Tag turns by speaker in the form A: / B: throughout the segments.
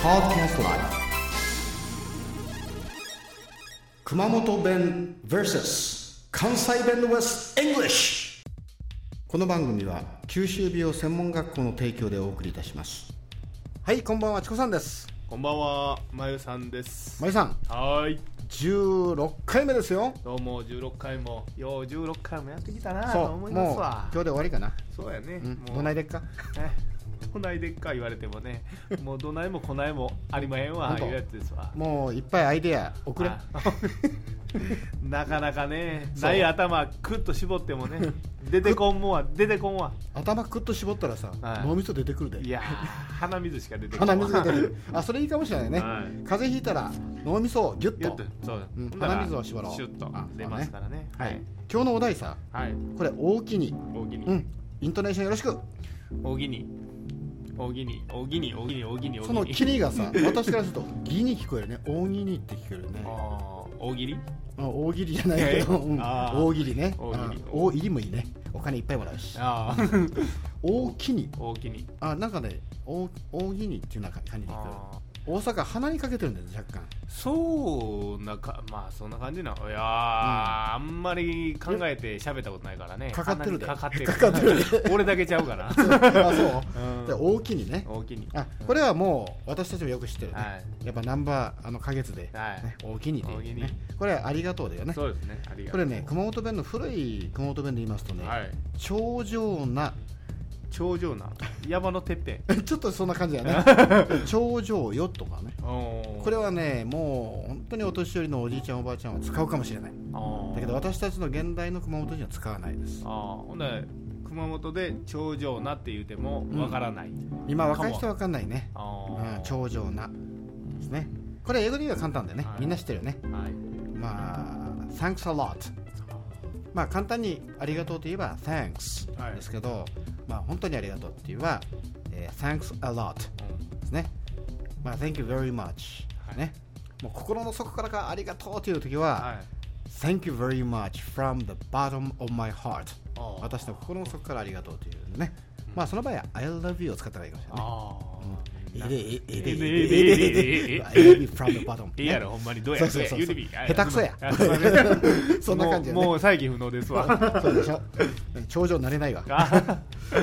A: Podcast Live 熊本弁 vs 関西弁 vs English この番組は九州美容専門学校の提供でお送りいたしますはいこんばんはチコさんです
B: こんばんは、まゆさんです。
A: まりさん
B: はーい、
A: 16回目ですよ
B: どうも16回も、よう16回もやってきたな
A: そ
B: と
A: うも
B: 思
A: う
B: います
A: 今
B: わ
A: 日。で終わりかな
B: そうやね、
A: うん
B: も
A: ど
B: う
A: ないでっか
B: ね どないでっか言われてもね、もうどないもこないもありまへん
A: ほん
B: わ、
A: と
B: いうやつですわ。
A: もういっぱいアイデア送れ
B: あ なかなかね、
A: そう
B: ない頭、くっと絞っ てもね、出てこんもんは、出てこんわ。
A: 頭くっと絞ったらさ
B: はい
A: 脳みそ出てくるで
B: いやー、鼻水しか出てこんわ
A: 鼻水が出るあそれいいかもしれないね、
B: はい
A: 風邪ひいたら脳みそをギュッ
B: ぎゅっ
A: と
B: と、そう
A: うん
B: ほんなら
A: 鼻水を絞ろう
B: シュッと
A: あそうね
B: 出ますからね。
A: はい、今日のお題さ
B: はい、
A: これ大きに
B: 大喜利。
A: うんイントネーションよろしく
B: 大喜利大喜利大喜利大喜利大喜利
A: その「
B: 大
A: き
B: 喜利
A: に」がさ私からすると「ぎ」に聞こえるね「大喜利」って聞こえるね
B: あー大喜利
A: あ大喜利じゃないけど、
B: え
A: うん
B: あー
A: 大喜利ね
B: 大喜利
A: うん大喜利もいいねお金いっぱいもらうし
B: あ ー
A: 大喜利
B: 大喜利
A: あなんかね大大喜利っていうような感じで聞こ
B: あ
A: える大阪鼻にかけてるんだよね若干
B: ーそうなかまあそんな感じなのいやー、あんまり考えて喋ったことないからね
A: かかってるで
B: かかってる
A: かかってる
B: 俺だけちゃうから
A: あそう
B: うん
A: で大喜利ね
B: 大喜利
A: あこれはもう私たちもよく知ってるね、
B: はい
A: やっぱナンバーあの花月で、
B: はい
A: ね大喜利で、
B: 大喜利
A: ね、これはありがとうだよね
B: そうですねありが
A: こと
B: う
A: れね熊本弁の古い熊本弁で言いますとね、
B: はい
A: 頂上な
B: 頂上な山のてっぺん
A: ちょっとそんな感じだね 頂上よとかねこ
B: こ
A: れはねもう本当にお年寄りのおじいちゃんおばあちゃんは使うかもしれないだけど私たちの現代の熊本人は使わないです
B: あーほんなら熊本で頂上なって言うてもわからない、
A: 今若い人は分かんないね、
B: あ
A: うん、
B: ー
A: 頂上なですねこれ英語で言えば簡単だよね
B: はい
A: みんな知ってるよね
B: はい
A: まあ Thanks a lot まあ簡単にありがとうといえば Thanks
B: はい
A: ですけど、まあ本当にありがとうっていうは、えー Thanks a lot ですね。まあ、Thank you very much、
B: はい
A: ね。もう心の底からかありがとうという時は、
B: はい
A: Thank you very much from the bottom of my heart。
B: あー
A: 私の心の底からありがとうというね。まあその場合は I love you を使ったらいいかもしれない。
B: あ
A: え
B: あ
A: でええでえでえで
B: えで
A: えで
B: えで
A: I love you from the bottom ね。
B: いいやろほんまにどう
A: そ
B: や
A: う
B: ど
A: そうう
B: や
A: そう
B: 言うてみ
A: 下手くそや
B: あすいませんあすいま せ
A: そんな感じよ
B: も
A: ね
B: うもう再起不能で すわ
A: そうでしょ。うん頂上になれないわ。
B: あ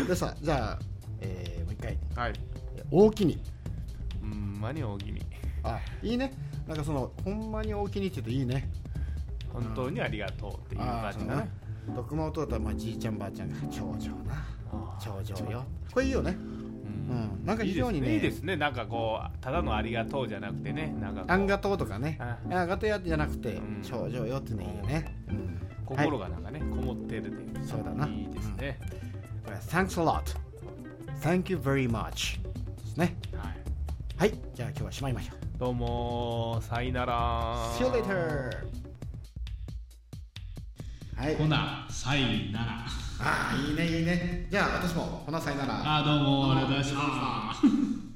A: でさ、じゃあ、えーもう一回。
B: はい
A: 大きに。
B: ほんまに大喜利
A: あ、いいね。なんかその、ほんまに大きにって言うといいね。
B: 本当にありがとうっていう
A: あ
B: 感
A: あ、
B: じ
A: そう
B: か
A: だ
B: な
A: ね。毒も音だったら、まあ、じいちゃんばあちゃんが頂上な。
B: あー
A: 頂上よ。これいいよね。
B: うん
A: うんなんか非常にね
B: いいですいいですねなんかこうただのありがとうじゃなくてねなんかこう
A: あんがとうとかね。
B: あ
A: あがとやじゃなくて
B: うん、
A: 頂上よってね、いいよね。うん
B: 心
A: はい
B: がなんかねこもってるっていう
A: そうだない
B: いですね
A: これ Thanks a lot. Thank you very much. ですね。
B: はい
A: はい、じゃあ今日はしまいましょう。
B: どうもーさいなら
A: See you later! はい。
B: ほなさいなら
A: ああ、いいね、いいね。じゃあ、私も、ほなさいなら。
B: あどうもありがとうございました